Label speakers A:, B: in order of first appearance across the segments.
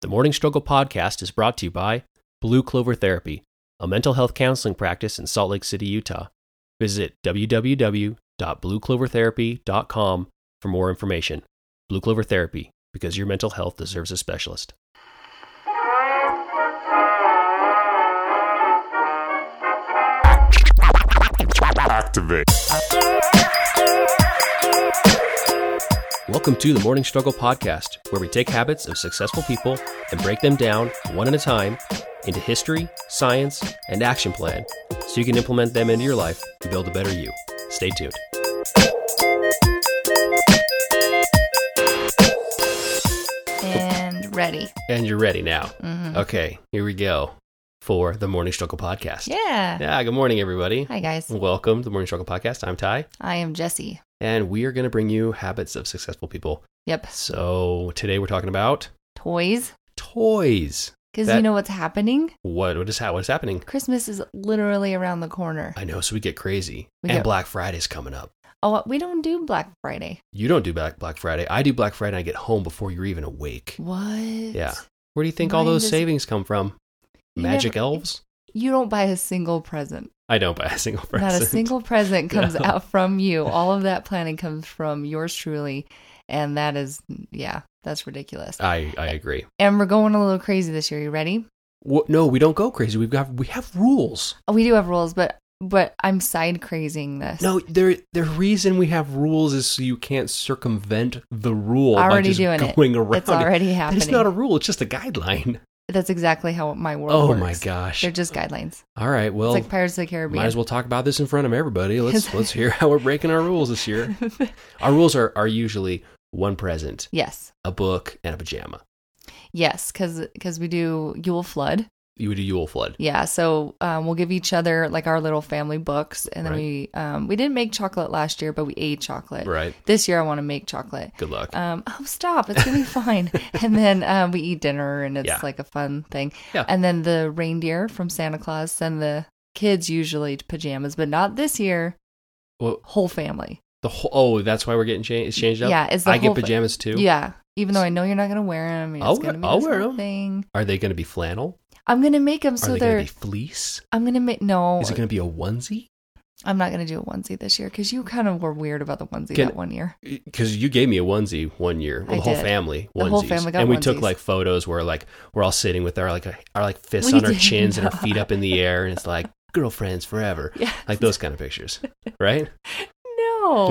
A: The Morning Struggle podcast is brought to you by Blue Clover Therapy, a mental health counseling practice in Salt Lake City, Utah. Visit www.blueclovertherapy.com for more information. Blue Clover Therapy, because your mental health deserves a specialist.
B: Activate.
A: Welcome to the Morning Struggle podcast, where we take habits of successful people and break them down one at a time into history, science, and action plan so you can implement them into your life and build a better you. Stay tuned.
C: and ready.
A: And you're ready now.
C: hmm
A: Okay, here we go for the Morning Struggle podcast.
C: Yeah.
A: Yeah, good morning, everybody.
C: Hi guys.
A: Welcome to the Morning Struggle podcast. I'm Ty,
C: I am Jesse.
A: and we are going to bring you habits of successful people.
C: Yep.
A: So today we're talking about
C: Toys.
A: toys.
C: Because
A: That-
C: you know what's happening?
A: What what is ha- what's happening?
C: Christmas is literally around the corner.
A: I know, so we get crazy.
C: We
A: and
C: get-
A: Black Friday's coming up.
C: Oh, we don't do Black Friday.
A: You don't do Black Black Friday. I do Black Friday. and I get home before you're even awake.
C: What?
A: Yeah. Where do you think all
C: Mine
A: those
C: doesn't-
A: savings come from?
C: You
A: Magic
C: never-
A: elves?
C: You don't buy a single present.
A: I don't buy a single present.
C: Not a single present comes
A: No.
C: out from you. All of that planning comes from yours truly. And that is, yeah, that's ridiculous.
A: I I agree.
C: and we're going a little crazy this year. You ready?
A: What, no, we don't go crazy. We've got we have rules.
C: Oh, we do have rules, but but I'm side crazing this.
A: No, there the reason we have rules is so you can't circumvent the rule by
C: Already
A: just
C: doing it.
A: going around.
C: It's already
A: it.
C: happening.
A: It's not a rule. It's just a guideline.
C: That's exactly how my world
A: Oh
C: works.
A: my gosh!
C: They're just guidelines.
A: All right. Well,
C: it's like Pirates of the Caribbean.
A: might as well talk about this in front of everybody. Let's let's hear how we're breaking our rules this year. Our rules are are usually one present,
C: yes.
A: a book, and a pajama.
C: Yes, because we do Yule Flood.
A: You would do Yule Flood.
C: Yeah, so um, we'll give each other like our little family books, and then
A: Right.
C: we um, we didn't make chocolate last year, but we ate chocolate.
A: Right.
C: This year, I want to make chocolate.
A: Good luck.
C: Um, oh, stop! It's gonna be fine. and then um, we eat dinner, and it's
A: Yeah.
C: like a fun thing.
A: Yeah.
C: And then the reindeer from Santa Claus send the kids usually pajamas, but not this year.
A: well,
C: Whole family.
A: the whole, oh, that's why we're getting cha- it's changed up.
C: Yeah, it's the
A: I get
C: whole fa-
A: pajamas too.
C: Yeah, even though I know you're not gonna wear them, it's
A: I'll wear-
C: gonna be
A: I'll
C: this
A: wear
C: whole
A: 'em.
C: thing.
A: Are they going to be flannel?
C: I'm gonna make them
A: are
C: so
A: they going
C: they're. Oh,
A: to be fleece?
C: I'm gonna make no.
A: Is it going to be a onesie?
C: I'm not gonna do a onesie this year because you kind of were weird about the onesie
A: Can-
C: that one year.
A: because you gave me a onesie one year, well,
C: I
A: the whole
C: did.
A: family, onesies.
C: The whole family got
A: and we took
C: onesies.
A: like photos where like we're all sitting with our like our like fists
C: We
A: on our
C: did
A: chins and our
C: not.
A: feet up in the air, and it's like girlfriends forever,
C: Yeah.
A: like those kind of pictures, right?
C: No.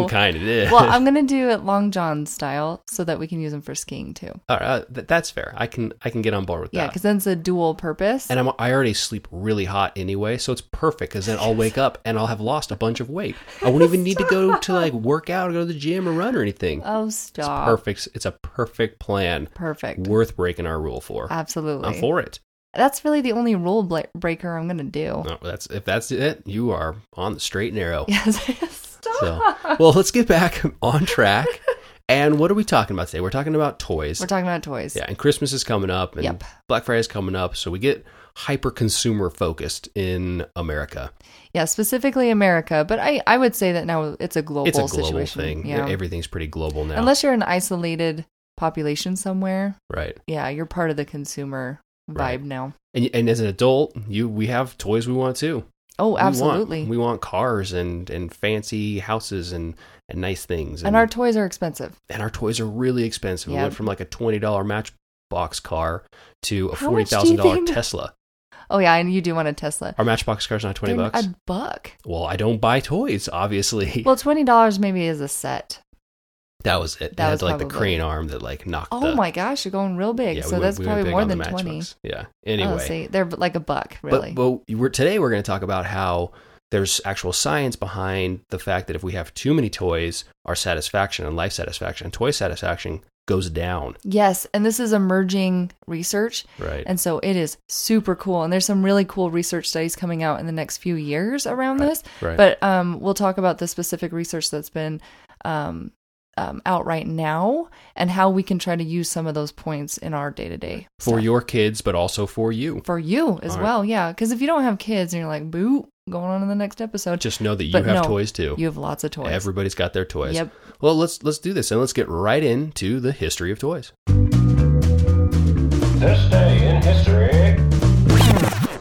A: Kind of did.
C: Oh. Well, I'm gonna do it long john style so that we can use them for skiing too.
A: All right, uh, th- that's fair. I can I can get on board with
C: Yeah,
A: that.
C: because then it's a dual purpose.
A: And I'm, I already sleep really hot anyway, so it's perfect because then I'll wake up and I'll have lost a bunch of weight. I won't even need to go to like work out or go to the gym or run or anything.
C: oh,
A: it's
C: stop!
A: perfect. It's a perfect plan.
C: Perfect.
A: Worth breaking our rule for.
C: Absolutely.
A: I'm for it.
C: That's really the only rule bla- breaker I'm gonna do.
A: No, that's if that's it, you are on the straight and narrow.
C: Yes.
A: So,
C: stop.
A: well, let's get back on track. and what are we talking about today? We're talking about toys.
C: We're talking about toys.
A: yeah, and Christmas is coming up, and
C: Yep.
A: Black Friday is coming up, so we get hyper consumer focused in America.
C: Yeah, specifically America, but I, I would say that now it's a global,
A: it's a global
C: situation.
A: thing.
C: Yeah.
A: everything's pretty global now,
C: Unless you're an isolated population somewhere,
A: right?
C: yeah, you're part of the consumer vibe
A: Right.
C: now.
A: And, and as an adult, you we have toys we want too.
C: Oh,
A: We want-
C: absolutely.
A: we want, cars and and fancy houses and and nice things.
C: and our toys are expensive.
A: and our toys are really expensive. We
C: Yeah.
A: went from like a twenty dollar Matchbox car to a
C: How
A: forty
C: much do you
A: thousand dollar
C: think-
A: Tesla.
C: Oh yeah, and you do want a Tesla.
A: Our Matchbox car's not 20
C: They're
A: bucks.
C: A buck.
A: Well, I don't buy toys, obviously.
C: Well, twenty dollars maybe is a set.
A: that was it.
C: that
A: They
C: was
A: had like the
C: probably-
A: crane arm that like knocked.
C: Oh
A: the,
C: my gosh, you're going real big.
A: Yeah, we
C: so
A: went-
C: that's
A: we went
C: probably
A: big
C: more
A: on the
C: than twenty.
A: Matchbox. Yeah.
C: Oh,
A: Anyway,
C: see, they're like a buck, really.
A: but but we're today we're going to talk about how there's actual science behind the fact that if we have too many toys, our satisfaction and life satisfaction, and toy satisfaction goes down.
C: yes, and this is emerging research.
A: Right.
C: And so it is super cool. And there's some really cool research studies coming out in the next few years around
A: Right,
C: this.
A: right.
C: But um, we'll talk about the specific research that's been um, um, out right now and how we can try to use some of those points in our day to day
A: for your kids, but also for you.
C: for you as
A: All right.
C: well. Yeah. Because if you don't have kids and you're like, boo, going on to the next episode,
A: Just know that you
C: But
A: have
C: no,
A: toys too.
C: you have lots of toys.
A: Everybody's got their toys.
C: Yep.
A: Well, let's let's do this and let's get right into the history of toys.
B: The
D: This day in history.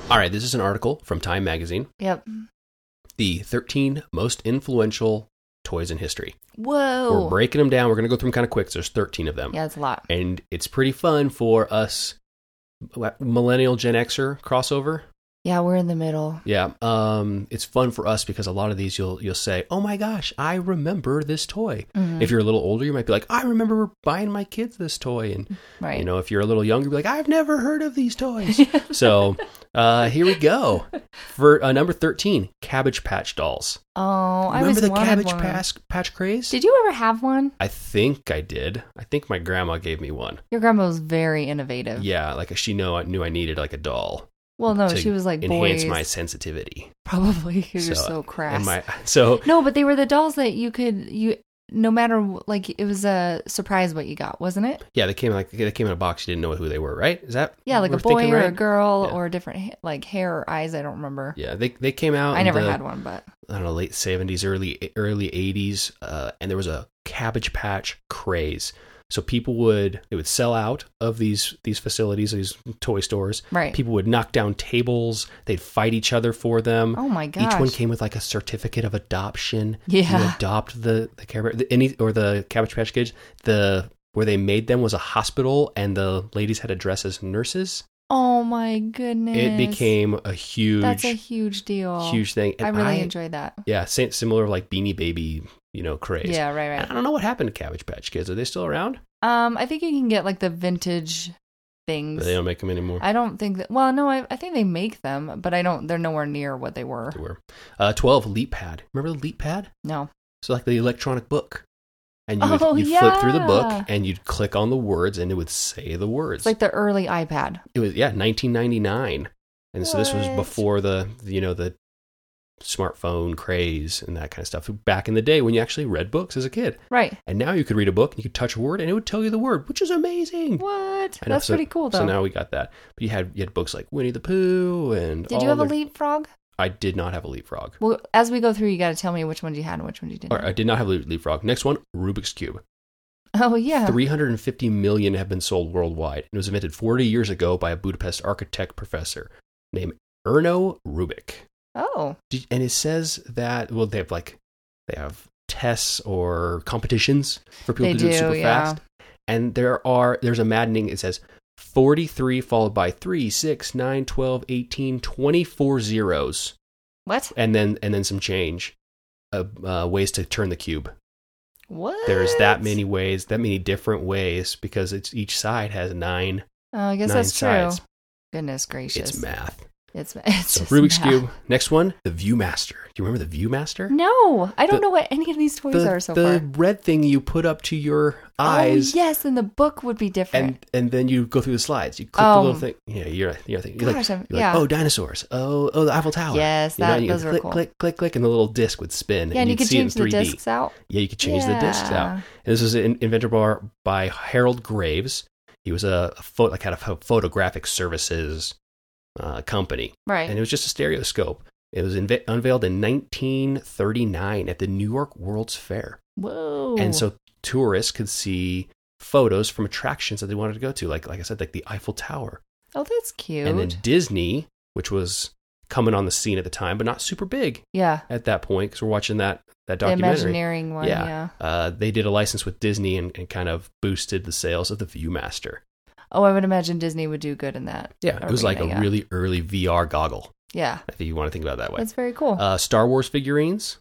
A: All right, this is an article from Time Magazine
C: Yep.
A: the 13 most influential toys in history. We're
C: Whoa.
A: breaking them down. We're going to go through them kind of quick. So there's 13 of them.
C: Yeah, it's a lot.
A: And it's pretty fun for us what, millennial Gen Xer crossover.
C: Yeah, we're in the middle.
A: Yeah. Um, it's fun for us because a lot of these you'll you'll say, "Oh my gosh, I remember this toy."
C: Mhm.
A: If you're a little older, you might be like, "I remember buying my kids this toy." And
C: Right.
A: you know, if you're a little younger, be like, "I've never heard of these toys." so, uh, here we go. For uh, number 13, Cabbage Patch dolls.
C: oh, I
A: remember
C: was
A: the
C: wanted
A: Cabbage
C: one.
A: Patch Patch craze?
C: Did you ever have one?
A: I think I did. I think my grandma gave me one.
C: Your grandma was very innovative.
A: Yeah, like she know I knew I needed like a doll.
C: Well, no,
A: to
C: Oh, she was like
A: enhance
C: boys.
A: my sensitivity.
C: Probably because you're so crass.
A: And my, so
C: No, but they were the dolls that you could you no matter wh- like it was a surprise what you got, wasn't it?
A: yeah, they came like they came in a box. You didn't know who they were, right? Is that
C: Yeah, like
A: we're
C: a boy
A: thinking,
C: or a
A: right?
C: girl
A: Yeah.
C: or a different ha- like hair or eyes. I don't remember.
A: Yeah, they they came out.
C: I
A: in
C: never
A: the,
C: had one, but
A: I don't know, late seventies, early early eighties, uh, and there was a Cabbage Patch craze. So people would they would sell out of these these facilities, these toy stores.
C: right.
A: People would knock down tables. They'd fight each other for them.
C: oh my gosh!
A: Each one came with like a certificate of adoption. You
C: Yeah.
A: adopt the the Care Bear, the, any or the Cabbage Patch Kids. The where they made them was a hospital, and the ladies had to dress as nurses.
C: Oh my goodness!
A: It became a huge,
C: that's a huge deal.
A: huge thing. And
C: I really enjoyed that.
A: Yeah, same, similar like Beanie Baby, you know, craze.
C: Yeah, right,
A: And I
C: right.
A: don't know what happened to Cabbage Patch Kids. Are they still around?
C: Um, I think you can get like the vintage
A: Or
C: things.
A: They don't make them anymore.
C: I don't think that. Well, no, I, I think they make them, but I don't. They're nowhere near what they were.
A: They were. Uh, Twelve Leap Pad. Remember the Leap Pad?
C: No.
A: So like the electronic book. And you would
C: Oh,
A: you'd flip through the book
C: yeah.
A: and you'd click on the words and it would say the words.
C: It's like the early iPad.
A: it was yeah 1999 and so this was
C: What?
A: before the you know the smartphone craze and that kind of stuff back in the day when you actually read books as a kid
C: Right.
A: and now you could read a book and you could touch a word and it would tell you the word which is amazing
C: What?
A: Hmm. I know,
C: That's
A: so-
C: pretty cool, though.
A: so now we got that but you had you had books like winnie the pooh and
C: Did
A: all
C: you have a
A: the-
C: leapfrog?
A: i did not have a leapfrog
C: Well, as we go through, you got to tell me which ones you had and which ones you didn't.
A: or i did not have a leapfrog next one rubik's cube
C: Oh yeah.
A: 350 million have been sold worldwide and it was invented 40 years ago by a budapest architect professor named erno rubik
C: Oh,
A: Did, and it says that well they have like they have tests or competitions for people
C: They
A: to do, it
C: do,
A: super
C: yeah.
A: fast. And there are there's a maddening it says 43 followed by 3 6 9 12 18 24 zeros
C: what?
A: and then and then some change of uh, ways to turn the cube.
C: What?
A: There's that many ways, that many different ways because it's each side has 9
C: Oh, I guess
A: nine
C: that's true.
A: sides.
C: Goodness gracious.
A: It's math.
C: It's, ma- it's
A: So
C: just
A: Rubik's
C: math.
A: cube. Next one, the Viewmaster. Do you remember the Viewmaster?
C: No, I don't
A: The-
C: know what any of these toys
A: the,
C: are so
A: the
C: far.
A: red thing you put up to your eyes
C: Oh yes, and the book would be different.
A: and and then you go through the slides you click the
C: Oh.
A: little thing yeah you're you're thinking you're like,
C: Gosh, I'm-
A: you're like,
C: yeah.
A: oh dinosaurs oh oh the eiffel tower
C: Yes,
A: You know,
C: that-
A: you
C: those were
A: click
C: cool.
A: click click click and the little disc would spin
C: yeah, and you
A: you'd
C: could
A: see
C: change
A: it in
C: the
A: 3d
C: discs out.
A: yeah you could change the discs out
C: Yeah.
A: and this was an inventor bar by harold graves he was a, a pho- like had a pho- photographic services uh, company
C: Right.
A: and it was just a stereoscope it was inve unveiled in 1939 at the new york world's fair
C: Whoa.
A: and so tourists could see photos from attractions that they wanted to go to like like i said like the eiffel tower
C: oh, that's cute.
A: and then disney which was coming on the scene at the time but not super big
C: yeah,
A: at that point because we're watching that that
C: the
A: documentary
C: Imagineering one.
A: Yeah.
C: Yeah.
A: uh, they did a license with disney and, and kind of boosted the sales of the viewmaster
C: Oh, I would imagine Disney would do good in that.
A: yeah it was like a
C: arena, yeah.
A: really early vr goggle
C: Yeah,
A: if you want to think about it that way
C: that's very cool.
A: uh, star wars figurines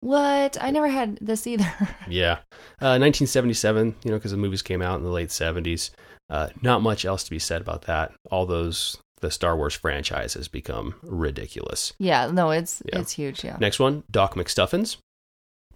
C: what? I never had this either.
A: yeah uh, 1977 you know because the movies came out in the late 70s uh, not much else to be said about that all those the star wars franchise has become ridiculous
C: yeah, no, it's
A: Yeah.
C: it's huge. Yeah.
A: next one doc mcstuffins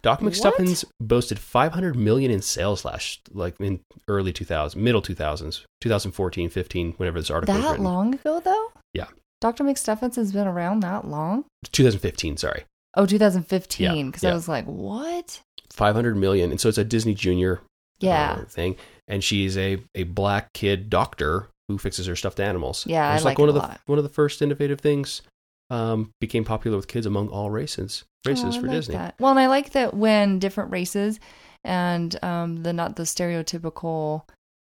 A: doc
C: What?
A: mcstuffins boasted 500 million in sales last like in early 2000s middle 2000s 2014 15 whenever this article was
C: That
A: written
C: long ago, though?
A: Yeah.
C: Dr. McStuffins has been around that long?
A: 2015 sorry
C: Oh, 2015.
A: Yeah,
C: Because
A: yeah.
C: I was like, what?
A: 500 million and so it's a disney junior
C: Yeah.
A: uh, thing. And she's a a black kid doctor who fixes her stuffed animals.
C: Yeah,
A: And
C: I
A: it's
C: like
A: one
C: it
A: of
C: a
A: the
C: lot.
A: one of the first innovative things. Um, became popular with kids among all races races
C: Oh, I
A: for
C: like
A: Disney.
C: that. Well, and I like that when different races and um, the not the stereotypical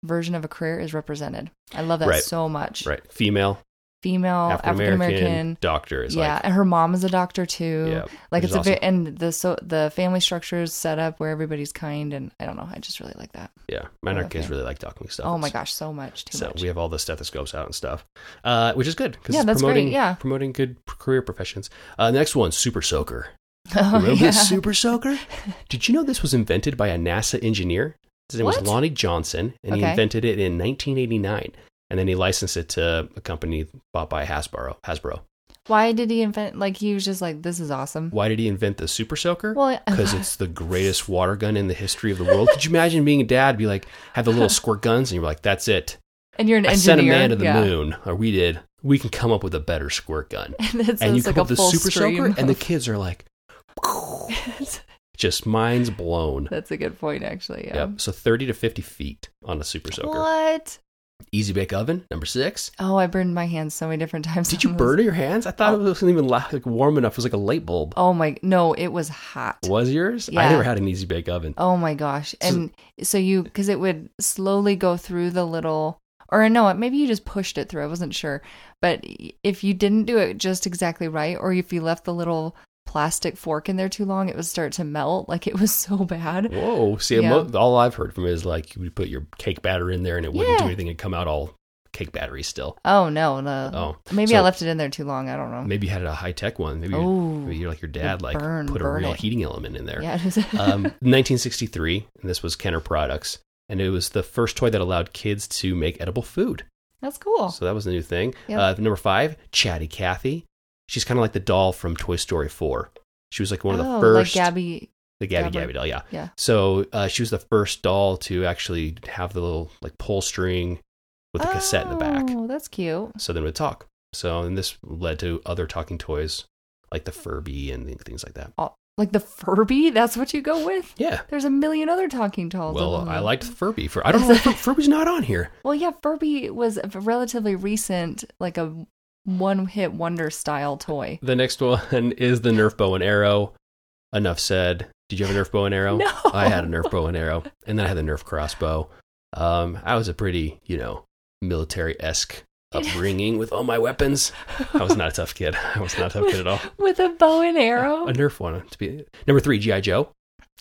C: version of a career is represented. I love that
A: Right.
C: so much.
A: Right. Female,
C: Female, African
A: African American
C: American.
A: doctor is
C: Yeah,
A: like
C: and her mom is a doctor too.
A: Yeah,
C: like
A: which
C: it's
A: is
C: a bit, and the so the family structure is set up where everybody's kind, and I don't know. I just really like that.
A: yeah. Mine our
C: Okay.
A: kids really like talking stuff.
C: oh my
A: It's-
C: gosh, so much, too
A: So
C: much.
A: we have all the stethoscopes out and stuff, uh, which is good because
C: Yeah,
A: it's
C: that's great,
A: promoting
C: yeah.
A: promoting good p- career professions. Uh, next one, Super Soaker.
C: Oh,
A: Remember
C: yeah.
A: this Super Soaker? Did you know this was invented by a NASA engineer? His name
C: What?
A: was Lonnie Johnson, and he
C: Okay.
A: invented it in 1989, and then he licensed it to a company bought by Hasbro. Hasbro.
C: Why did he invent? Like he was just like, this is awesome.
A: Why did he invent the Super Soaker?
C: Well, I-
A: because it's the greatest water gun in the history of the world. Could you imagine being a dad, be like, have the little squirt guns, and you're like, that's it.
C: And you're an
A: I
C: engineer.
A: sent a man to the
C: yeah.
A: moon, or we did. We can come up with a better squirt gun.
C: and it's,
A: and you
C: it's
A: come
C: like a
A: up with
C: full
A: a super
C: stream.
A: soaker, and the
C: of-
A: kids are like, just minds blown.
C: That's a good point, actually. Yeah.
A: Yep. So 30 to 50 feet on a super soaker.
C: What?
A: Easy bake oven, number six.
C: Oh, I burned my hands so many different times.
A: Did you
C: on this.
A: burn your hands? I thought it wasn't even la- like warm enough. It was like a light bulb.
C: Oh my! No, it was hot.
A: Was yours? I
C: Yeah.
A: never had an easy bake oven.
C: Oh my gosh! And so you, because it would slowly go through the little, or no, maybe you just pushed it through. I wasn't sure, but if you didn't do it just exactly right, or if you left the little plastic fork in there too long, it would start to melt. Like it was so bad.
A: Whoa. See,
C: Yeah.
A: mo- all I've heard from it is like you would put your cake batter in there and it wouldn't do
C: Yeah.
A: anything. It'd come out all cake battery still.
C: Oh no! no.
A: Oh.
C: maybe I
A: So-
C: left it in there too long. I don't know.
A: Maybe you had a high tech one. Maybe,
C: Oh,
A: maybe you're like your dad,
C: the
A: like
C: burn,
A: put a
C: burn
A: real
C: it.
A: heating element in there.
C: Yeah. It was,
A: um, 1963, and this was Kenner Products, and it was the first toy that allowed kids to make edible food.
C: that's cool.
A: So that was a new thing.
C: Oh. Yep.
A: Uh, number five, Chatty Cathy. She's kind of like the doll from Toy Story 4. She was like one of the
C: oh,
A: first,
C: like Gabby.
A: the Gabby
C: Gabber.
A: Gabby doll, yeah.
C: Yeah.
A: So uh, she was the first doll to actually have the little like pull string with a cassette in the back.
C: Oh, that's cute.
A: So then it would talk. So and this led to other talking toys like the Furby and things like that.
C: Oh, like the Furby? That's what you go with?
A: Yeah.
C: There's a million other talking dolls.
A: Well,
C: other than
A: I
C: that.
A: liked Furby for. I don't know. why Fur- Furby's not on here.
C: Well, yeah, Furby was a relatively recent, like a one-hit wonder style toy.
A: The next one is the Nerf bow and arrow. Enough said. Did you have a Nerf bow and arrow?
C: No.
A: I had a Nerf bow and arrow, and then I had the Nerf crossbow. Um, I was a pretty, you know, military esque upbringing with all my weapons. I was not a tough kid. I was not a tough kid at all.
C: With a bow and arrow.
A: A Nerf one to be number three. GI Joe.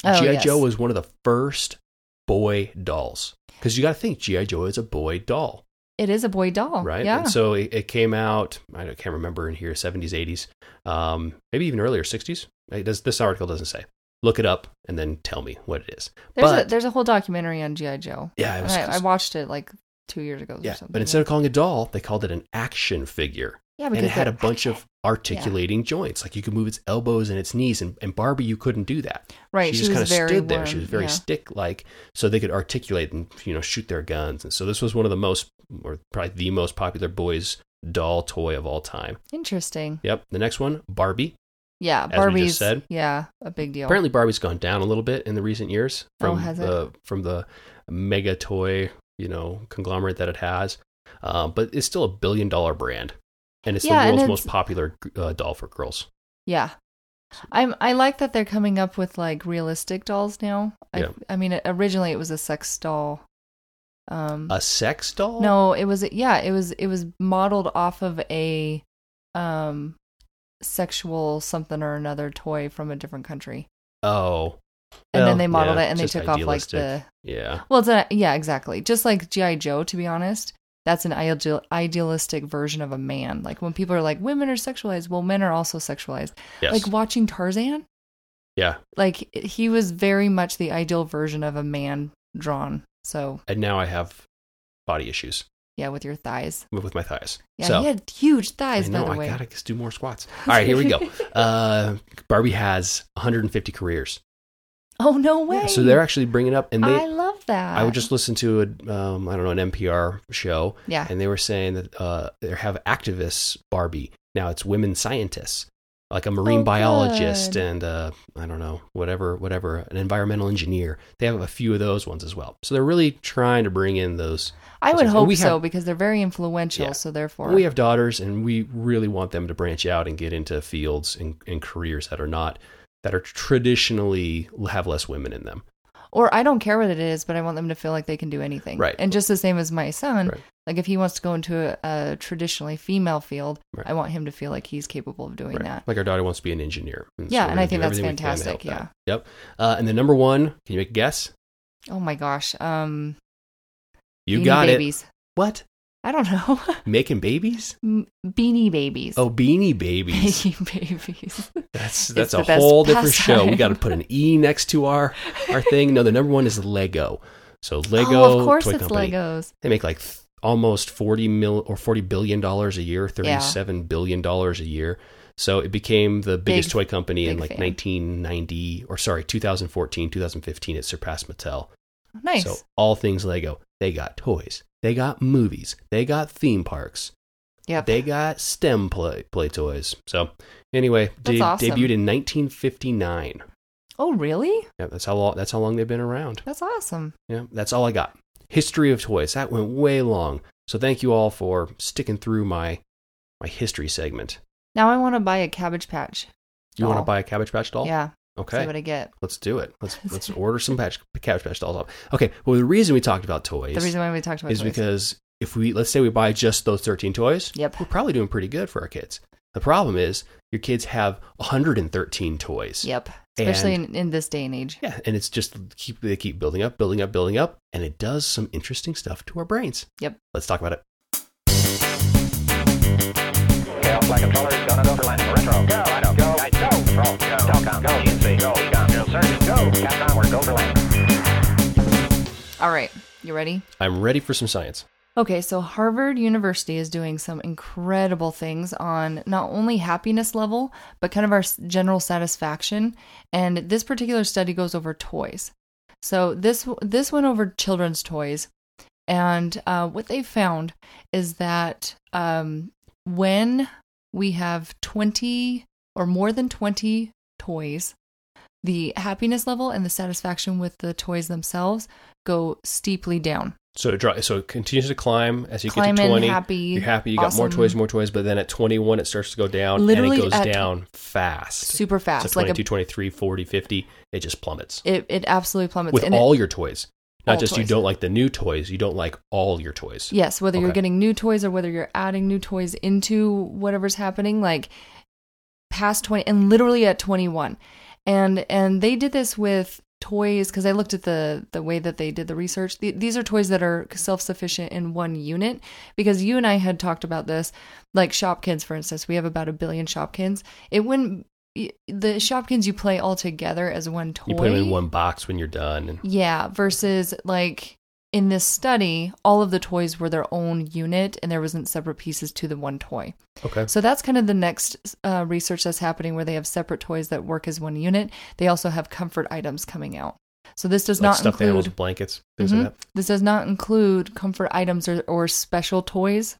C: Oh,
A: GI
C: yes.
A: Joe was one of the first boy dolls because you got to think GI Joe is a boy doll
C: It is a boy doll,
A: right?
C: Oh, Yeah.
A: And so it, it came out. I don't- can't remember in here, seventies, eighties, um, maybe even earlier, sixties. Does this article doesn't say? Look it up and then tell me what it is.
C: there's a
A: but-
C: there's a whole documentary on GI Joe.
A: Yeah, it was-
C: I, I watched it like two years ago. or
A: Yeah,
C: something.
A: but instead of calling it a doll, they called it an action figure,
C: yeah,
A: and it had a
C: they're-
A: bunch of articulating joints. Like you could move its elbows and its knees, and, and Barbie, you couldn't do that.
C: right.
A: she,
C: She,
A: just kind
C: was
A: of
C: very
A: stood there. She
C: warm,
A: was very
C: yeah.
A: stick-like, so they could articulate and you know shoot their guns. And so this was one of the most, or probably the most popular boys doll toy of all time.
C: interesting.
A: Yep. The next one, Barbie.
C: Yeah,
A: just
C: Barbie's
A: said.
C: yeah a big deal.
A: Apparently, Barbie's gone down a little bit in the recent years
C: Oh,
A: from
C: has it?
A: the from the mega toy, you know, conglomerate that it has. Um, but it's still a billion dollar brand, and it's
C: Yeah,
A: the
C: and
A: world's
C: it's-
A: most popular uh, doll for girls.
C: Yeah. I'm I like that they're coming up with like realistic dolls now. I
A: Yeah.
C: I mean originally it was a sex doll. Um
A: A sex doll?
C: no, it was yeah, it was it was modeled off of a um sexual something or another toy from a different country.
A: Oh.
C: And
A: Well,
C: then they modeled
A: yeah,
C: it and they
A: just
C: took off like
A: idealistic.
C: the
A: yeah.
C: Well, it's a, yeah, exactly. Just like GI Joe to be honest. That's an ideal, idealistic version of a man. Like when people are like women are sexualized, well men are also sexualized.
A: Yes.
C: Like watching Tarzan
A: yeah.
C: like he was very much the ideal version of a man drawn. So
A: And now I have body issues
C: yeah, with your thighs.
A: with with my thighs.
C: Yeah,
A: so,
C: he had huge
A: I
C: thighs.
A: know
C: by the
A: I
C: way,
A: gotta just do more squats. All right, here we go. Uh, Barbie has 150 careers.
C: oh no way!
A: Yeah, so they're actually bringing up, and they
C: I love that.
A: I would just listen to a, um, I don't know, an NPR show,
C: yeah.
A: and they were saying that uh, they have activists Barbie. Now it's women scientists, like a marine
C: Oh,
A: biologist
C: good.
A: and uh, I don't know, whatever, whatever, an environmental engineer. They have a few of those ones as well. So they're really trying to bring in those.
C: I would
A: And
C: hope
A: we
C: so
A: have-
C: because they're very influential.
A: Yeah.
C: So therefore,
A: We have daughters, and we really want them to branch out and get into fields and, and careers that are not that are traditionally have less women in them.
C: Or I don't care what it is, but I want them to feel like they can do anything.
A: Right.
C: And just the same as my son,
A: Right.
C: like if he wants to go into a, a traditionally female field,
A: Right.
C: I want him to feel like he's capable of doing
A: Right.
C: that.
A: Like our daughter wants to be an engineer.
C: Yeah,
A: we're
C: and I
A: gonna
C: think
A: do
C: that's
A: everything we can to help
C: fantastic, yeah.
A: that. Yep. Uh, and the number one, can you make a guess?
C: Oh my gosh. Um,
A: You
C: Beanie
A: got it.
C: babies.
A: What?
C: I don't know.
A: Making babies?
C: M- Beanie babies.
A: Oh, beanie babies.
C: Beanie babies. Oh,
A: That's
C: It's
A: that's a
C: the best
A: whole different show. We
C: pastime.
A: got to put an E next to our our thing. No, the number one is Lego. So Lego,
C: oh, of course
A: toy
C: it's
A: company.
C: Legos.
A: They make like th- almost forty mil or forty billion dollars a year,
C: Yeah.
A: thirty-seven billion dollars a year. So it became the biggest
C: Big-
A: toy company in
C: big
A: like
C: fan.
A: 1990 or sorry 2014 2015 it surpassed Mattel.
C: Nice.
A: So all things Lego. They got toys. They got movies. They got theme parks.
C: yep.
A: They got STEM play, play toys. So, anyway,
C: That's
A: de-
C: awesome.
A: debuted in 1959.
C: oh, really?
A: Yeah, that's how long. That's how long they've been around.
C: That's awesome.
A: Yeah, that's all I got. History of toys. That went way long. So thank you all for sticking through my my history segment.
C: Now I want to buy a Cabbage Patch.
A: You want to
C: Doll.
A: buy a Cabbage Patch doll?
C: Yeah. See
A: Okay.
C: what I get.
A: let's do it. Let's let's order some patch, Cabbage Patch dolls. Up. Okay. Well, the reason we talked about toys
C: The reason why we talked about
A: is
C: toys.
A: because if we let's say we buy just those 13 toys,
C: Yep.
A: we're probably doing pretty good for our kids. The problem is your kids have 113 toys.
C: Yep. Especially
A: And-
C: in, in this day and age.
A: Yeah, and it's just keep they keep building up, building up, building up, and it does some interesting stuff to our brains.
C: Yep.
A: Let's talk about it.
E: Go, like a color's gonna go for landing. Retro, go, I know, go, I go, control, go, telcom, go, GNC, go, ecom, go, surgeon, go, capcom, we're go for landing.
C: All right. You ready?
A: I'm ready for some science.
C: Okay, so Harvard University is doing some incredible things on not only happiness level, but kind of our s- general satisfaction. And this particular study goes over toys. So this this went over children's toys, and uh, what they found is that um, when we have twenty or more than twenty toys, the happiness level and the satisfaction with the toys themselves go steeply down.
A: So it dri- so it continues to climb as you
C: Climb
A: get to
C: in,
A: 20.
C: happy,
A: you're happy, you got more
C: awesome.
A: toys, more toys, but then at 21 it starts to go down
C: Literally
A: and it
C: at
A: goes down fast.
C: super fast.
A: So
C: like
A: 22,
C: a,
A: 23, 40, 50, it just plummets.
C: it, it absolutely plummets.
A: With
C: And it-
A: all your toys. Not
C: All
A: just you
C: toys.
A: don't like the new toys, you don't like all your toys.
C: yes, whether you're
A: Okay.
C: getting new toys or whether you're adding new toys into whatever's happening, like past 20 and literally at 21. And and they did this with toys because I looked at the the way that they did the research. The, these are toys that are self-sufficient in one unit because you and I had talked about this like Shopkins for instance. We have about a billion Shopkins. It wouldn't y- the Shopkins you play all together as one toy.
A: You put them in one box when you're done. And
C: Yeah, versus like in this study, all of the toys were their own unit and there wasn't separate pieces to the one toy.
A: okay,
C: So that's kind of the next uh, research that's happening where they have separate toys that work as one unit. They also have comfort items coming out. So this does
A: like
C: not
A: stuffed animals,
C: include
A: blankets, things
C: Mhm.
A: like that.
C: this does not include comfort items or, or special toys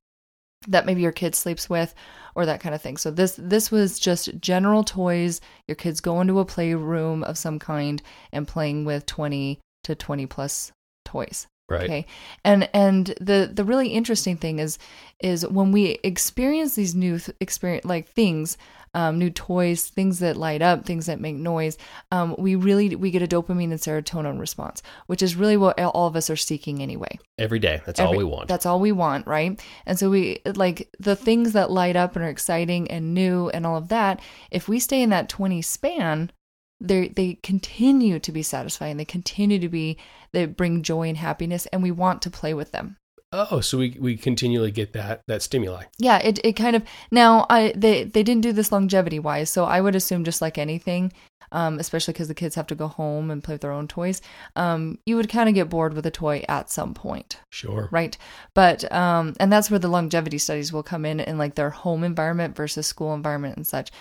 C: that maybe your kid sleeps with or that kind of thing. So this this was just general toys. Your kids go into a playroom of some kind and playing with 20 to 20 plus toys.
A: Right.
C: Okay. And and the the really interesting thing is is when we experience these new th- experience like things, um, new toys, things that light up, things that make noise, um, we really we get a dopamine and serotonin response, which is really what all of us are seeking anyway.
A: Every day. That's all
C: Every-
A: we want.
C: That's all we want, right? And so we like the things that light up and are exciting and new and all of that. If we stay in that 20 span, they they continue to be satisfying. They continue to be they bring joy and happiness and we want to play with them.
A: Oh, so we, we continually get that that stimuli.
C: Yeah, it it kind of now I they they didn't do this longevity wise, so I would assume just like anything, um, especially because the kids have to go home and play with their own toys, um, you would kind of get bored with a toy at some point.
A: Sure.
C: Right. But um and that's where the longevity studies will come in in like their home environment versus school environment and such.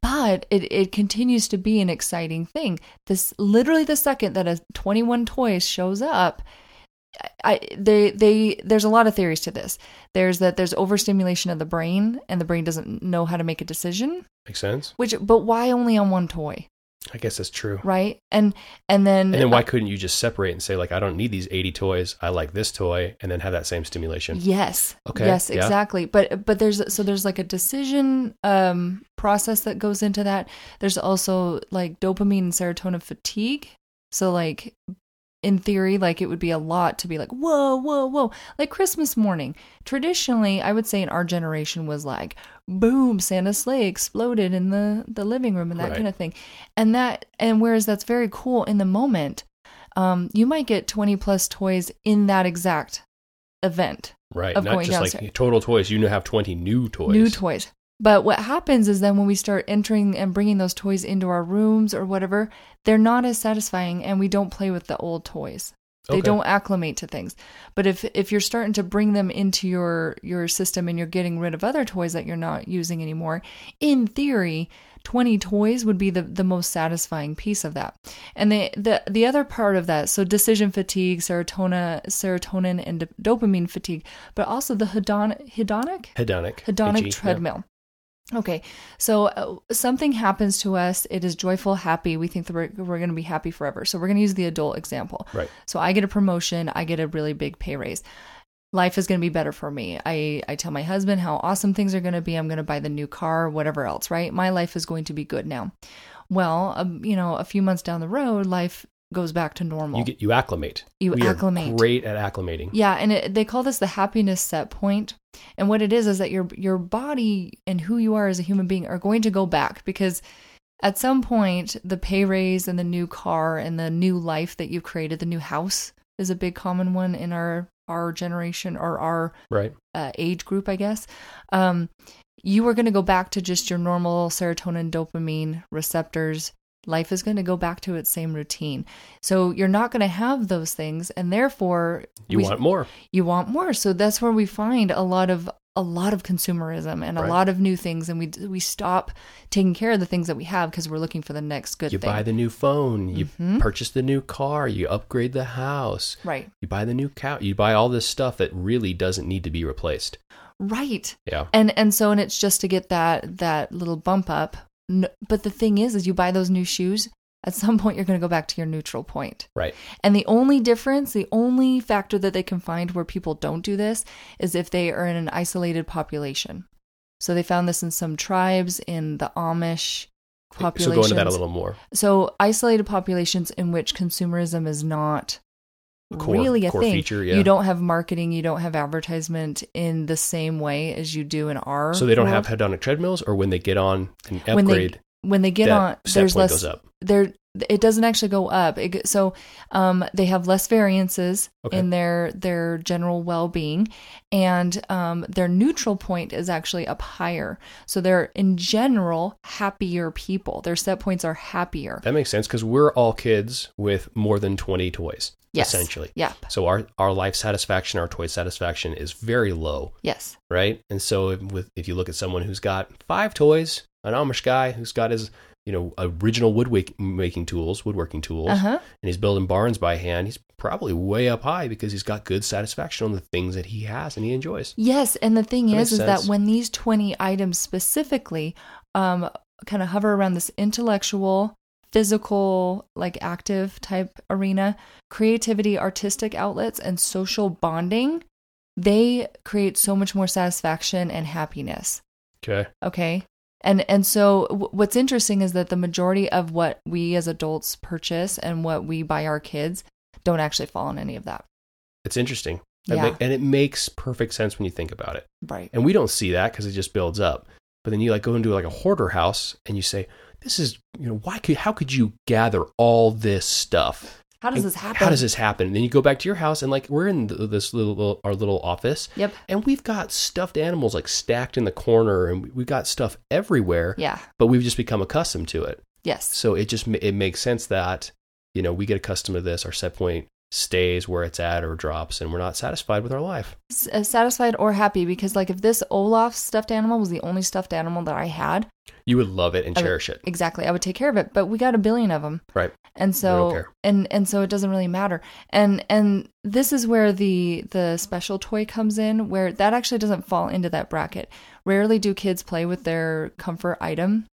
C: But it, it continues to be an exciting thing. This literally the second that a 21 toys shows up, I they they there's a lot of theories to this. There's that there's overstimulation of the brain and the brain doesn't know how to make a decision,
A: Makes sense.
C: which but why only on one toy,
A: I guess that's true.
C: right? And and then
A: And then why couldn't you just separate and say like I don't need these 80 toys. I like this toy and then have that same stimulation.
C: Yes.
A: Okay,
C: Yes,
A: yeah.
C: exactly. But but there's so there's like a decision um process that goes into that. There's also like dopamine and serotonin fatigue. So like in theory, like it would be a lot to be like, whoa, whoa, whoa. Like Christmas morning. Traditionally, I would say in our generation was like, boom, Santa's sleigh exploded in the, the living room and that
A: Right.
C: kind of thing. And that, and whereas that's very cool in the moment, um, you might get 20 plus toys in that exact event.
A: Right.
C: Of
A: Not
C: going
A: just
C: downstairs.
A: like total toys. You now have 20 new toys.
C: New toys. But what happens is then when we start entering and bringing those toys into our rooms or whatever, they're not as satisfying and we don't play with the old toys. They
A: Okay.
C: don't acclimate to things. But if if you're starting to bring them into your your system and you're getting rid of other toys that you're not using anymore, in theory, 20 toys would be the, the most satisfying piece of that. And the, the the other part of that, so decision fatigue, serotonin serotonin and dopamine fatigue, but also the hedon, hedonic
A: Hedonic.
C: hedonic
A: HE, yeah.
C: treadmill. Okay, so uh, something happens to us. It is joyful, happy. We think that we're, we're going to be happy forever. So we're going to use the adult example.
A: Right.
C: So I get a promotion, I get a really big pay raise. Life is going to be better for me. I, I tell my husband how awesome things are going to be. I'm going to buy the new car, whatever else, right? My life is going to be good now. Well, um, you know, a few months down the road, life goes back to normal.
A: You get you acclimate.
C: You
A: We are
C: acclimate.
A: great at acclimating.
C: Yeah, and it, they call this the happiness set point. And what it is is that your your body and who you are as a human being are going to go back because at some point the pay raise and the new car and the new life that you've created, the new house is a big common one in our our generation or our
A: Right.
C: uh, age group, I guess. Um, you are going to go back to just your normal serotonin, dopamine receptors. Life is going to go back to its same routine. So you're not going to have those things, and therefore
A: You
C: we-
A: want more.
C: you want more so that's where we find a lot of a lot of consumerism and
A: Right.
C: a lot of new things and we we stop taking care of the things that we have because we're looking for the next good
A: You
C: thing Mm-hmm.
A: buy the new phone. You purchase the new car. You upgrade the house.
C: right
A: You buy the new couch. You buy all this stuff that really doesn't need to be replaced.
C: right
A: Yeah.
C: and and so and it's just to get that that little bump up N- but the thing is is you buy those new shoes at some point you're going to go back to your neutral point
A: Right.
C: And the only difference, the only factor that they can find where people don't do this is if they are in an isolated population. So they found this in some tribes in the Amish
A: So
C: population.
A: go into that a little more.
C: So isolated populations in which consumerism is not
A: A core-
C: really a
A: core
C: thing.
A: feature, yeah.
C: You don't have marketing, you don't have advertisement in the same way as you do in our
A: So they don't
C: world.
A: have hedonic treadmills, or when they get on and upgrade,
C: When they- when they get
A: that
C: on
A: set
C: there's
A: point
C: less
A: goes up.
C: there it doesn't actually go up it, g- so um, they have less variances
A: Okay.
C: in their their general well-being and um, their neutral point is actually up higher so they're in general happier people their set points are happier
A: that makes sense because we're all kids with more than 20 toys,
C: yes
A: essentially.
C: yep
A: So our, our life satisfaction, our toy satisfaction is very low,
C: yes
A: right? And so if, with, if you look at someone who's got five toys, an Amish guy who's got his, you know, original woodwick- making tools, woodworking tools,
C: uh-huh
A: and he's building barns by hand, he's probably way up high because he's got good satisfaction on the things that he has and he enjoys.
C: Yes, and the thing
A: That
C: is,
A: makes
C: is that
A: sense.
C: when these twenty items specifically um, kind of hover around this intellectual, physical, like active type arena, creativity, artistic outlets, and social bonding, they create so much more satisfaction and happiness.
A: Okay.
C: Okay. And and so w- what's interesting is that the majority of what we as adults purchase and what we buy our kids don't actually fall in any of that.
A: It's interesting. That
C: Yeah.
A: ma- and it makes perfect sense when you think about it.
C: Right.
A: And we don't see that because it just builds up. But then you like go into like a hoarder house and you say, this is, you know, why could, how could you gather all this stuff?
C: How does
A: And
C: this happen?
A: How does this happen? And then you go back to your house and like we're in th- this little, little our little office.
C: Yep.
A: And we've got stuffed animals like stacked in the corner and we- we've got stuff everywhere,
C: Yeah.
A: but we've just become accustomed to it.
C: Yes.
A: So it just ma- it makes sense that, you know, we get accustomed to this, our set point stays where it's at or drops and we're not satisfied with our life.
C: s- uh, satisfied or happy because like if this Olaf stuffed animal was the only stuffed animal that I had,
A: You would love it and
C: I would-
A: cherish it.
C: exactly, I would take care of it. But we got a billion of them,
A: Right.
C: and
A: don't
C: so
A: care.
C: and and so it doesn't really matter. And and this is where the the special toy comes in, where that actually doesn't fall into that bracket. Rarely do kids play with their comfort item.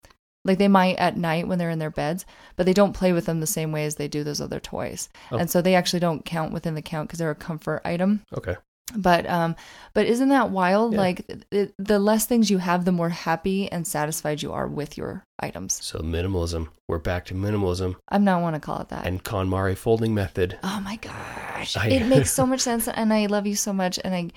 C: Like they might at night when they're in their beds, but they don't play with them the same way as they do those other toys.
A: Oh.
C: And so they actually don't count within the count because they're a comfort item.
A: Okay.
C: But um, but isn't that wild?
A: Yeah.
C: Like it, the less things you have, the more happy and satisfied you are with your items.
A: So minimalism. We're back to minimalism
C: I'm not want to call it that.
A: and KonMari folding method.
C: oh my gosh,
A: I-
C: it makes so much sense, and I love you so much, and I.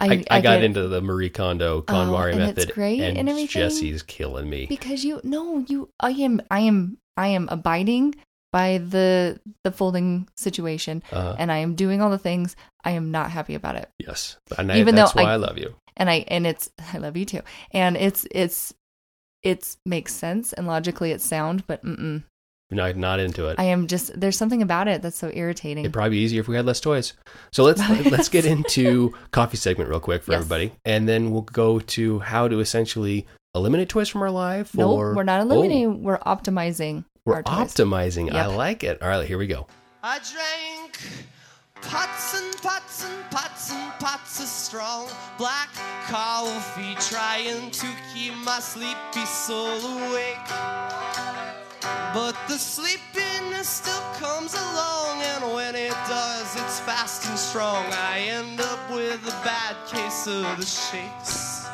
A: I, I, got
C: get- Oh,
A: into the Marie Kondo KonMari
C: and it's
A: method,
C: great
A: and,
C: and everything?
A: Jesse's killing me.
C: because you no you i am i am i am abiding by the the folding situation
A: Uh,
C: and i am doing all the things i am not happy about it
A: yes, and
C: even
A: I,
C: though
A: that's why I,
C: I-
A: love you.
C: and i and it's i love you too and it's it's it's makes sense and logically it's sound but mm-mm.
A: Not not into it.
C: i am just there's something about it that's so irritating
A: It'd probably be easier if we had less toys. So let's let's get into coffee segment real quick for
C: Yes.
A: everybody, and then we'll go to how to essentially eliminate toys from our life.
C: nope
A: or,
C: we're not
A: Oh,
C: eliminating we're optimizing
A: we're
C: our toys.
A: optimizing. I
C: Yep.
A: like it. All right, here we go.
F: I drank pots and pots and pots and pots of strong black coffee, trying to keep my sleepy soul awake. But the sleepiness still comes along, and when it does, it's fast and strong. I end up with a bad case of the shakes.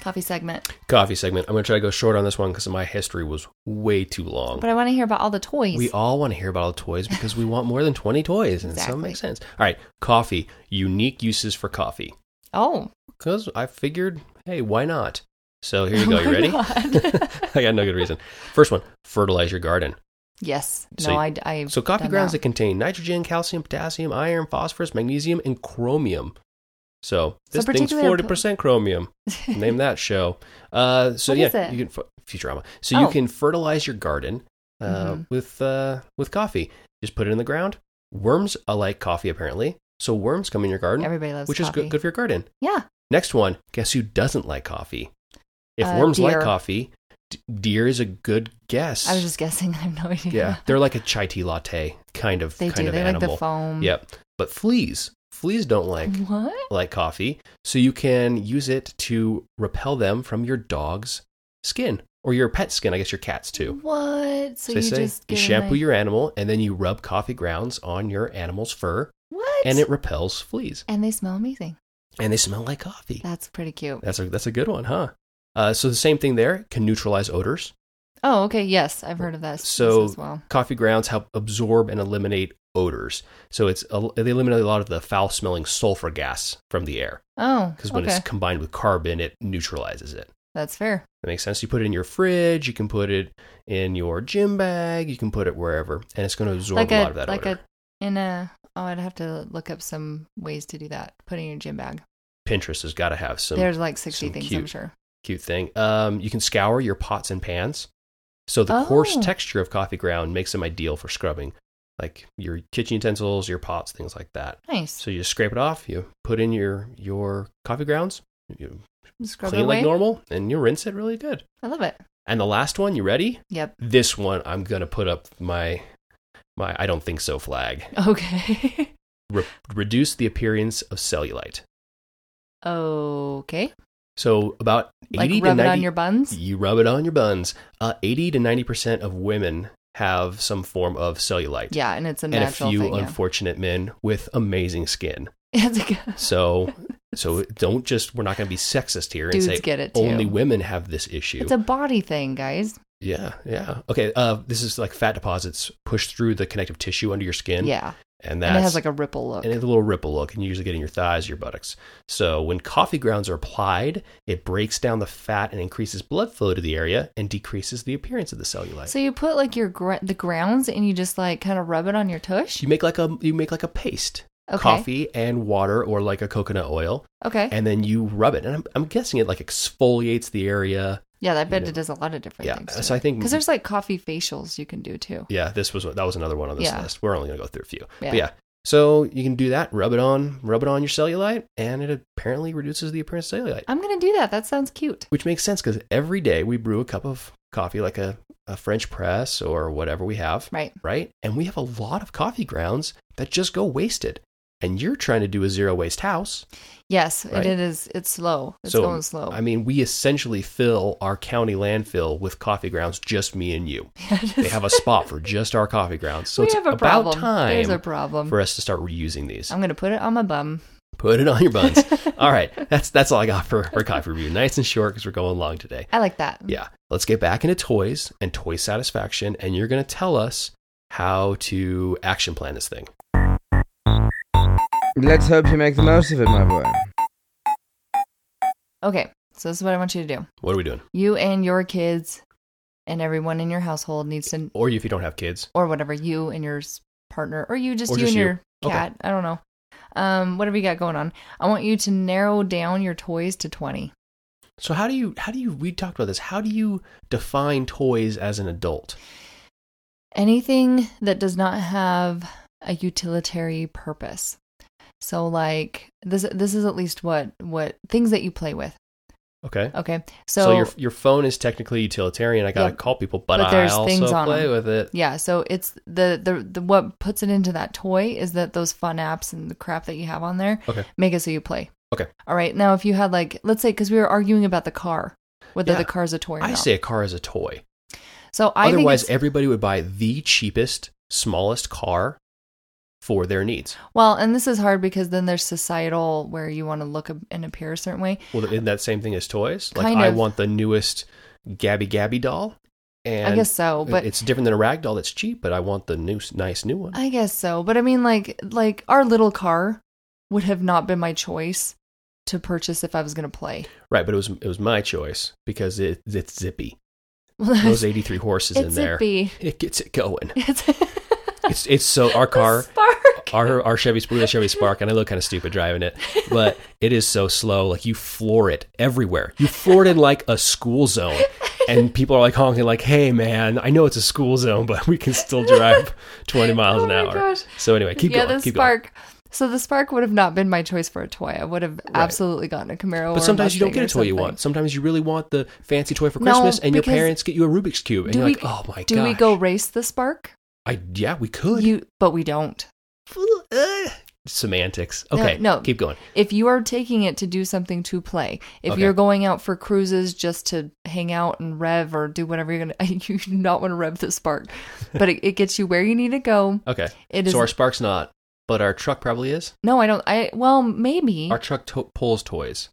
C: coffee segment
A: Coffee segment. I'm gonna try to go short on this one because my history was way too long.
C: but i want to hear about all the toys
A: We all want to hear about all the toys because we want more than 20 toys, and some
C: Exactly.
A: make sense. All right, coffee. Unique uses for coffee.
C: oh
A: Because I figured, hey, why not? So here you go. You
C: Oh my
A: ready?
C: God.
A: I got no good reason. First one fertilize your garden.
C: yes no
A: So you-
C: i i
A: So coffee
C: done
A: grounds
C: that.
A: that contain nitrogen, calcium, potassium, iron, phosphorus, magnesium, and chromium. So
C: So
A: this thing's
C: particular-
A: forty percent chromium. Name that show. Uh, so
C: What
A: yeah,
C: is it?
A: you can fu- Futurama. So you
C: Oh.
A: can fertilize your garden uh,
C: Mhm.
A: with uh, with coffee. Just put it in the ground. Worms are like coffee apparently. So worms come in your garden,
C: everybody loves
A: which is
C: coffee.
A: good, good for your garden.
C: yeah
A: Next one. Guess who doesn't like coffee? If
C: Uh,
A: worms like
C: deer.
A: coffee, d- deer is a good guess.
C: I was just guessing. I have no idea.
A: yeah, they're like a chai tea latte kind of
C: they
A: kind
C: do.
A: of
C: They
A: animal.
C: like the foam.
A: Yep. But fleas, fleas don't like
C: What?
A: like coffee, so you can use it to repel them from your dog's skin or your pet's skin. I guess your cat's too.
C: What? Mm-hmm. So
A: they
C: you
A: say
C: just
A: you
C: get in
A: shampoo
C: there-
A: your animal and then you rub coffee grounds on your animal's fur,
C: what?
A: and it repels fleas,
C: and they smell amazing.
A: and they smell like coffee.
C: That's pretty cute.
A: That's a that's a good one, huh? Uh, so the same thing there can neutralize odors.
C: Oh, okay. Yes, I've heard of that.
A: So
C: as well.
A: coffee grounds help absorb and eliminate odors. So it's they eliminate a lot of the foul-smelling sulfur gas from the air.
C: Oh,
A: because when
C: okay.
A: it's combined with carbon, it neutralizes it.
C: That's fair.
A: That makes sense. You put it in your fridge, you can put it in your gym bag, you can put it wherever, and it's going to absorb
C: Like
A: a,
C: a
A: lot of that
C: like
A: odor.
C: a in a. Oh, I'd have to look up some ways to do that. Put it in your gym bag.
A: Pinterest has got to have some
C: There's like sixty
A: some
C: things. I'm
A: cute-
C: sure.
A: cute thing. Um, you can scour your pots and pans. So the coarse
C: Oh.
A: texture of coffee ground makes them ideal for scrubbing, like your kitchen utensils, your pots, things like that.
C: Nice.
A: So you just scrape it off, you put in your your coffee grounds, you
C: Scrub it
A: clean
C: away.
A: like normal, and you rinse it really good.
C: I love it.
A: And the last one, you ready?
C: Yep.
A: this one I'm gonna put up my my I don't think so flag.
C: Okay.
A: Re- reduce the appearance of cellulite.
C: okay.
A: So about
C: Like
A: eighty to
C: rub it
A: ninety.
C: on your buns.
A: you rub it on your buns. Uh, eighty to ninety percent of women have some form of cellulite,
C: Yeah, and it's a
A: and a
C: natural
A: few
C: thing. yeah.
A: unfortunate men with amazing skin.
C: It's like-
A: So so don't just we're not gonna be sexist here
C: Dudes
A: and say
C: get it too.
A: only women have this issue.
C: It's a body thing, guys.
A: yeah, yeah. Okay. Uh, this is like fat deposits push through the connective tissue under your skin.
C: yeah.
A: and that's
C: And it has like a ripple look.
A: and it's a little ripple look, and you usually get in your thighs, your buttocks. So when coffee grounds are applied, it breaks down the fat and increases blood flow to the area and decreases the appearance of the cellulite.
C: so you put like your gr- the grounds and you just like kind of rub it on your tush.
A: you make like a you make like a paste,
C: Okay.
A: coffee and water, or like a coconut oil,
C: Okay.
A: and then you rub it. And I'm, I'm guessing it like exfoliates the area.
C: yeah, I bet
A: know.
C: it does a lot of different
A: Yeah,
C: things.
A: so I think-
C: because there's like coffee facials you can do too.
A: Yeah, this was that was another one on this
C: Yeah.
A: list. We're only gonna go through a few. But
C: Yeah.
A: yeah, so you can do that. Rub it on, rub it on your cellulite, and it apparently reduces the appearance of cellulite.
C: I'm gonna do that. That sounds cute.
A: which makes sense because every day we brew a cup of coffee like a, a french press or whatever we have
C: Right.
A: right and we have a lot of coffee grounds that just go wasted and you're trying to do a zero waste house.
C: Yes,
A: Right.
C: it, it is. It's slow. It's going slow.
A: I mean, we essentially fill our county landfill with coffee grounds, just me and you. They have a spot for just our coffee grounds. So
C: we
A: it's
C: have a
A: about
C: problem. There's
A: time
C: a problem. Um.
A: for us to start reusing these.
C: I'm gonna put it on my bum.
A: Put it on your buns. all right. That's that's all I got for, for coffee review. Nice and short because we're going long today.
C: I like that.
A: Yeah. Let's get back into toys and toy satisfaction. And you're going to tell us how to action plan this thing.
G: Let's hope you make the most of it, my boy.
C: Okay, so this is what I want you to do.
A: What are we doing?
C: You and your kids, and everyone in your household needs to,
A: Or if you don't have kids,
C: or whatever you and your s- partner, or you just
A: Or
C: you
A: just
C: and
A: you.
C: your
A: Okay.
C: cat. I don't know. Um, whatever you got going on. I want you to narrow down your toys to twenty.
A: So how do you how do you we talked about this? How do you define toys as an adult?
C: anything that does not have a utilitarian purpose. So like this this is at least what what things that you play with.
A: Okay.
C: Okay. So,
A: So, your your phone is technically utilitarian. I gotta
C: Yep.
A: call people, but,
C: But
A: I
C: there's
A: also
C: things on
A: play
C: 'em.
A: with it.
C: yeah, so it's the, the the what puts it into that toy is that those fun apps and the crap that you have on there
A: Okay.
C: make it so you play.
A: Okay.
C: All right. Now if you had like let's say cuz we were arguing about the car whether
A: Yeah.
C: the car's a toy or
A: I
C: not.
A: say a car is a toy.
C: So I think
A: Otherwise,
C: it's-
A: everybody would buy the cheapest, smallest car for their needs.
C: well, and this is hard because then there's societal where you want to look and appear a certain way.
A: Well, isn't that same thing as toys? Like
C: Kind
A: I
C: of.
A: want the newest Gabby Gabby doll, and
C: I guess so, but Uh,
A: it's different than a rag doll that's cheap. But I want the new nice new one.
C: I guess so, but I mean, like, like our little car would have not been my choice to purchase if I was going to play.
A: right, but it was it was my choice because it, it's zippy.
C: Well,
A: Those eighty three horses in
C: it's
A: there.
C: zippy.
A: It gets it going.
C: It's
A: It's it's so our
C: The
A: car, Oh,
C: spark.
A: our our Chevy, we have a Chevy Spark, and I look kind of stupid driving it, but it is so slow. Like you floor it everywhere. You floor it in like a school zone, and people are like honking, like, "Hey, man, I know it's a school zone, but we can still drive twenty miles
C: Oh
A: an
C: my
A: hour."
C: gosh.
A: So anyway, keep
C: yeah,
A: going.
C: the
A: Keep
C: spark. So the spark would have not been my choice for a toy. I would have absolutely gotten a
A: going.
C: Camaro.
A: But
C: or a
A: sometimes you don't
C: Mustang
A: get a
C: or
A: toy you want.
C: something.
A: Sometimes you really want the fancy toy for
C: No,
A: Christmas, and your
C: because
A: parents get you a Rubik's cube, and
C: Do
A: you're
C: we?
A: like, "Oh my god!"
C: do we go race the spark?
A: I yeah, we could.
C: You, but we don't.
A: Semantics.
C: No,
A: Okay,
C: no.
A: keep going.
C: If you are taking it to do something to play, if
A: Okay.
C: you're going out for cruises just to hang out and rev or do whatever you're gonna, you do not want to rev the spark, but it, it gets you where you need to go.
A: Okay,
C: It is
A: so our spark's not, but our truck probably is.
C: no, I don't. I well maybe
A: Our truck to- pulls toys.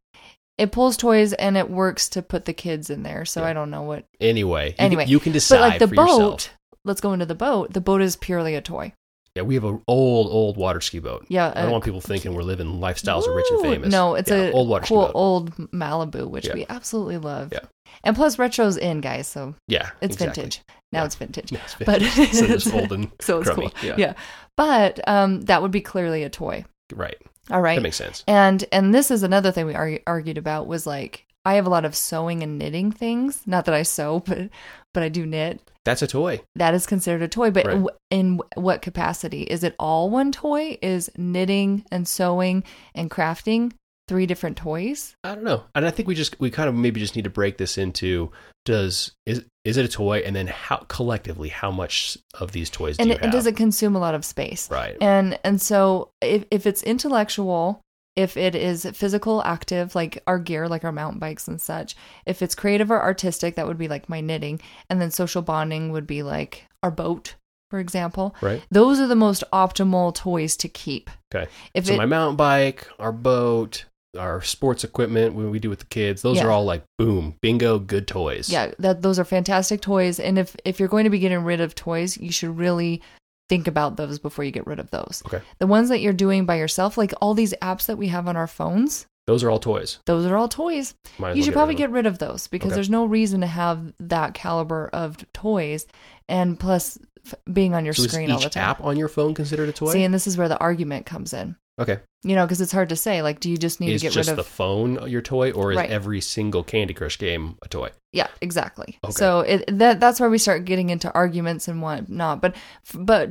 C: it pulls toys and it works to put the kids in there. So
A: Yeah.
C: I don't know what.
A: Anyway, you can-
C: Anyway,
A: you can decide
C: But like the
A: for
C: boat,
A: yourself.
C: let's go into the boat. The boat is purely a toy.
A: Yeah, we have an old, old water ski boat.
C: Yeah,
A: I don't
C: uh,
A: want people thinking we're living lifestyles of rich and
C: Ooh,
A: famous.
C: No, it's
A: Yeah,
C: a
A: old water
C: cool
A: ski boat.
C: old Malibu, which
A: Yeah.
C: we absolutely love.
A: Yeah.
C: And plus, retro's in, guys. So
A: yeah,
C: it's
A: exactly.
C: vintage. Now
A: Yeah.
C: it's vintage.
A: Yeah, it's
C: But-
A: vintage. so it's old and
C: so it's
A: crummy.
C: cool.
A: Yeah,
C: Yeah. But um, that would be clearly a toy.
A: right.
C: All right.
A: That makes sense.
C: and and this is another thing we argu- argued about was like I have a lot of sewing and knitting things. Not that I sew, but but I do knit.
A: That's a toy.
C: That is considered a toy, but
A: Right.
C: w- in w- what capacity? Is it all one toy? Is knitting and sewing and crafting three different toys?
A: I don't know, and I think we just we kind of maybe just need to break this into does is is it a toy, and then how collectively how much of these toys
C: And
A: do you
C: it,
A: have?
C: it doesn't consume a lot of space.
A: right.
C: and and so if, if it's intellectual if it is physical active like our gear like our mountain bikes and such if it's creative or artistic that would be like my knitting and then social bonding would be like our boat for example
A: Right.
C: those are the most optimal toys to keep
A: Okay.
C: if
A: so
C: it,
A: my mountain bike, our boat, our sports equipment, what we do with the kids, those
C: Yeah.
A: are all like boom, bingo, good toys.
C: yeah that those are fantastic toys and if if you're going to be getting rid of toys you should really think about those before you get rid of those
A: Okay.
C: the ones that you're doing by yourself like all these apps that we have on our phones
A: Those are all toys.
C: those are all toys
A: Might as
C: you
A: well
C: should probably
A: rid of
C: get rid of those because
A: Okay.
C: there's no reason to have that caliber of toys and plus f- being on your
A: them. So is
C: screen
A: each
C: all the time.
A: app on your phone considered a toy?
C: See, and this is where the argument comes in.
A: okay.
C: You know, because it's hard to say. Like, do you just need
A: Is
C: to get
A: just
C: rid
A: the
C: of?
A: phone your toy or is
C: Right.
A: every single Candy Crush game a toy?
C: yeah, exactly.
A: Okay.
C: So it, that that's where we start getting into arguments and whatnot. But f- but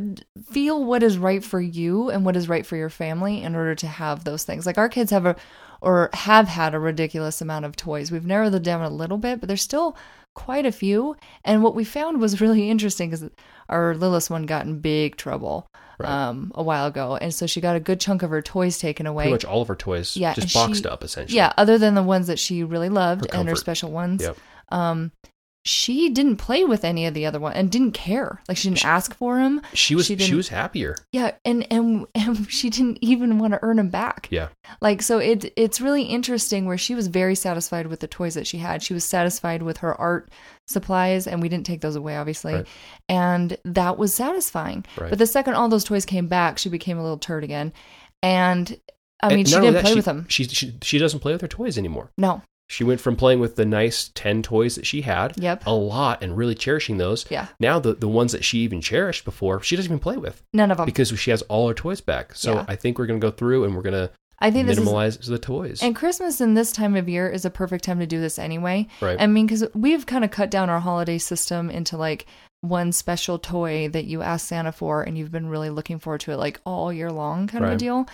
C: feel what is right for you and what is right for your family in order to have those things. Like our kids have a or have had a ridiculous amount of toys. We've narrowed it down a little bit, but there's still quite a few. And what we found was really interesting because our littlest one got in big trouble
A: Right.
C: um, a while ago, and so she got a good chunk of her toys taken away.
A: Pretty much all of her toys,
C: yeah,
A: just
C: and
A: boxed
C: she-
A: up essentially.
C: Yeah, other than the ones that she really loved
A: Her
C: and her
A: comfort.
C: special ones.
A: Yep.
C: Um, she didn't play with any of the other one and didn't care. Like she didn't ask for him.
A: She was
C: She
A: she,
C: didn't-
A: was happier.
C: Yeah, and and, and she didn't even want to earn him back.
A: Yeah.
C: Like so it it's really interesting where she was very satisfied with the toys that she had. She was satisfied with her art supplies and we didn't take those away obviously.
A: Right.
C: And that was satisfying.
A: Right.
C: But the second all those toys came back, she became a little turd again. And I mean,
A: And
C: she
A: not only
C: didn't
A: that,
C: play
A: she,
C: with them.
A: She, she she doesn't play with her toys anymore.
C: No.
A: She went from playing with the nice 10 toys that she had,
C: Yep.
A: a lot, and really cherishing those.
C: Yeah.
A: Now, the, the ones that she even cherished before, she doesn't even play with
C: None of them.
A: because she has all her toys back. So
C: Um, Yeah.
A: I think we're going to go through and we're going to
C: I think this is
A: minimalize the toys.
C: And Christmas and this time of year is a perfect time to do this anyway.
A: Right.
C: I mean, because we've kind of cut down our holiday system into like one special toy that you ask Santa for and you've been really looking forward to it like all year long kind of a
A: Right.
C: deal.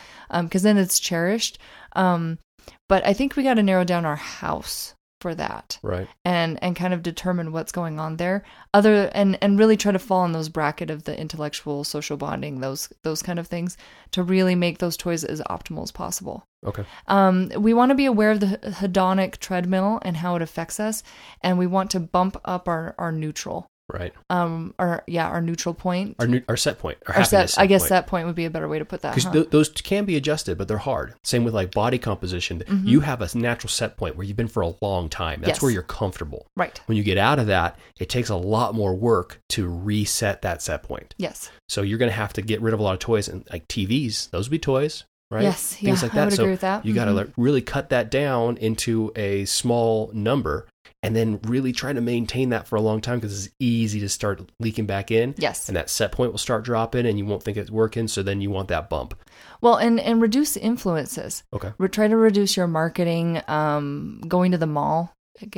C: Because then it's cherished. Um, but I think we got to narrow down our house for that
A: right.
C: and and kind of determine what's going on there other and and really try to fall in those bracket of the intellectual social bonding those those kind of things to really make those toys as optimal as possible
A: Okay.
C: um, we want to be aware of the hedonic treadmill and how it affects us, and we want to bump up our, our neutral,
A: Right.
C: um, our yeah, our neutral point.
A: Our new, our set point. Our,
C: Our
A: happiness
C: set, uh-huh.
A: set
C: I guess
A: point.
C: that point would be a better way to put that.
A: because
C: huh?
A: th- those can be adjusted, but they're hard. Same with like body composition. You have a natural set point where you've been for a long time. That's
C: Mm-hmm. Yes.
A: where you're comfortable.
C: right.
A: When you get out of that, it takes a lot more work to reset that set point.
C: Yes.
A: So you're going to have to get rid of a lot of toys and like TVs. Those would be toys, right?
C: Yes,
A: Things
C: yeah,
A: like
C: I
A: that.
C: would
A: so
C: agree with that.
A: you got to
C: Mhm.
A: like really cut that down into a small number, and then really try to maintain that for a long time because it's easy to start leaking back in.
C: Yes.
A: And that set point will start dropping, and you won't think it's working. So then you want that bump.
C: Well, and and reduce influences.
A: Okay.
C: Re- try to reduce your marketing. Um, going to the mall.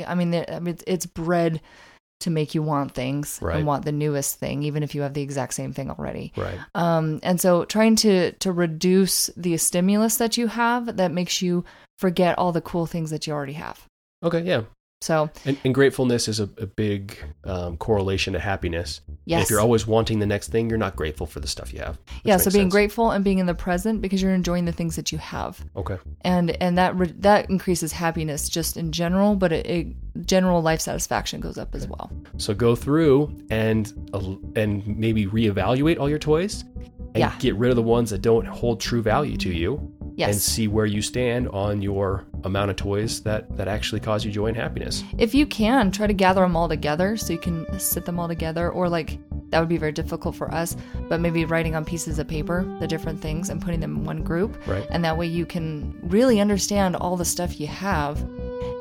C: I mean, there- I mean, it's- it's bred to make you want things
A: Right.
C: and want the newest thing, even if you have the exact same thing already.
A: Right.
C: Um, and so trying to to reduce the stimulus that you have that makes you forget all the cool things that you already have.
A: Okay. Yeah.
C: So
A: And, and gratefulness is a, a big um, correlation to happiness. And
C: yes,
A: If you're always wanting the next thing, you're not grateful for the stuff you have. which
C: yeah.
A: makes
C: So being
A: sense.
C: grateful and being in the present because you're enjoying the things that you have,
A: Okay.
C: and and that re- that increases happiness just in general, but it, it general life satisfaction goes up as well.
A: So go through and el- and maybe reevaluate all your toys and
C: Yeah.
A: get rid of the ones that don't hold true value to you and
C: Yes.
A: see where you stand on your amount of toys that that actually cause you joy and happiness.
C: if you can try to gather them all together so you can sit them all together or like that would be very difficult for us but maybe writing on pieces of paper the different things and putting them in one group
A: Right.
C: and that way you can really understand all the stuff you have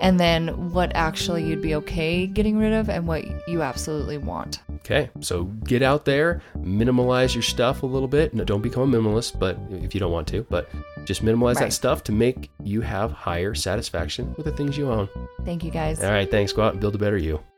C: and then what actually you'd be okay getting rid of and what you absolutely want
A: Okay, so get out there, minimalize your stuff a little bit. No, don't become a minimalist, but if you don't want to, but just minimalize that
C: Right.
A: stuff to make you have higher satisfaction with the things you own.
C: thank you guys
A: All right, thanks. Go out and build a better you.